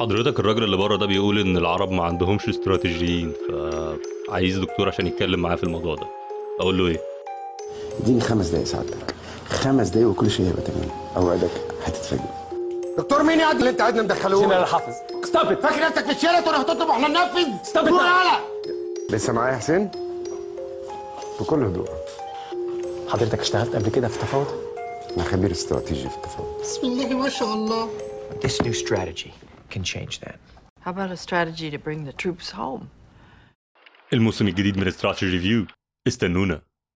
حضرتك الراجل اللي بره ده بيقول ان العرب ما عندهمش استراتيجيين فعايز دكتور عشان يتكلم معاه في الموضوع ده اقول له ايه اديني خمس دقايق سعادتك خمس دقايق وكل شيء هيبقى تمام اوعدك هتتفاجئ دكتور مين يا عد اللي انت قاعد مدخلوه هنا يا حافظ ستوب ات فاكر نفسك في الشارع تروح تطلب واحنا ننفذ Stop it دكتور now. يالا لسه معايا حسين بكل هدوء حضرتك اشتغلت قبل كده في تفاوض انا خبير استراتيجي في التفاوض بسم الله ما شاء الله This new strategy can change that. How about a strategy to bring the troops home? الموسم الجديد من استراتيجي ريفيو استنونا